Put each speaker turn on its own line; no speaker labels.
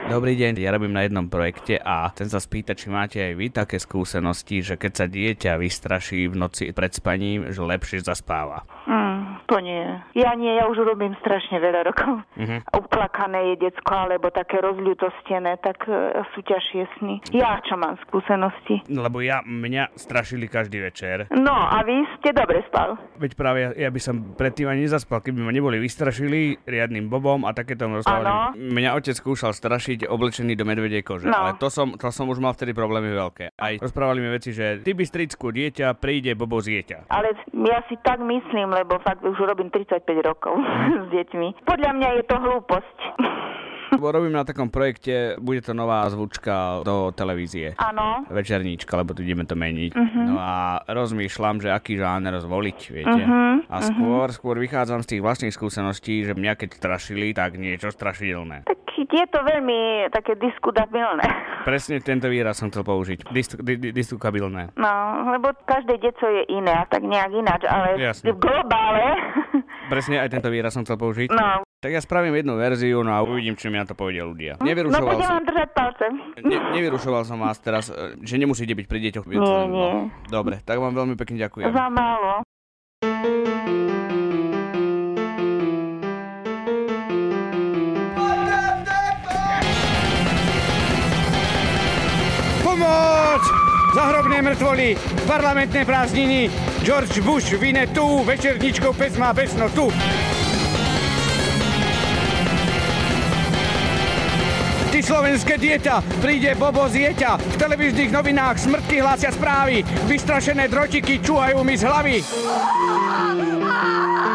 Dobrý deň, ja robím na jednom projekte a chcem sa spýtať, či máte aj vy také skúsenosti, že keď sa dieťa vystraší v noci pred spaním, že lepšie zaspáva.
Mm, to nie. Ja nie, ja už robím strašne veľa rokov.
Mhm.
Uplakané je decko, alebo také rozľutostené, tak e, sú ťažšie sny. Ja čo mám skúsenosti?
Lebo ja, mňa strašili každý večer.
No a vy ste dobre spal.
Veď práve ja, ja by som predtým ani nezaspal, keby ma neboli vystrašili riadnym bobom a takéto rozprávaním.
Áno.
Mňa otec skúšal strašiť oblečený do medvedej kože,
No.
ale to som, to som už mal vtedy problémy veľké. Aj rozprávali mi veci, že ty bystricku dieťa, príde bobo z dieťa.
Ale ja si tak myslím, lebo fakt už robím 35 rokov s deťmi. Podľa mňa je to hlúposť.
Lebo robím na takom projekte, bude to nová zvučka do televízie.
Áno.
Večerníčka, lebo tu ideme to meniť.
Mhm.
No a rozmýšľam, že aký žáner zvoliť, viete.
Mhm,
A skôr, skôr vychádzam z tých vlastných skúseností, že mňa keď strašili, tak niečo strašidelné.
Tak je to veľmi také diskutabilné.
Presne tento výraz som chcel použiť. Distu- di- di- Diskutabilné.
No, lebo každé deco je iné a tak nejak ináč, ale
Jasne.
v globále,
Presne aj tento výraz som chcel použiť.
no,
Tak ja spravím jednu verziu, no a uvidím, či mi na to povedia ľudia.
no
Nevyrušoval
budem
som,
vám držať palce.
ne, nevyrušoval som vás teraz, e, že nemusíte byť pri deťoch.
Nie, nie.
Dobre, tak vám veľmi pekne ďakujem.
Za málo.
Pomoc! Zahrobné mŕtvoly, parlamentné prázdniny, George Bush vine tu, večerničkou pes má besno tu. Ty slovenské dieťa, príde Bobo z jeťa, v televíznych novinách smrtky hlásia správy, vystrašené drotiky čúhajú mi z hlavy.
Ah!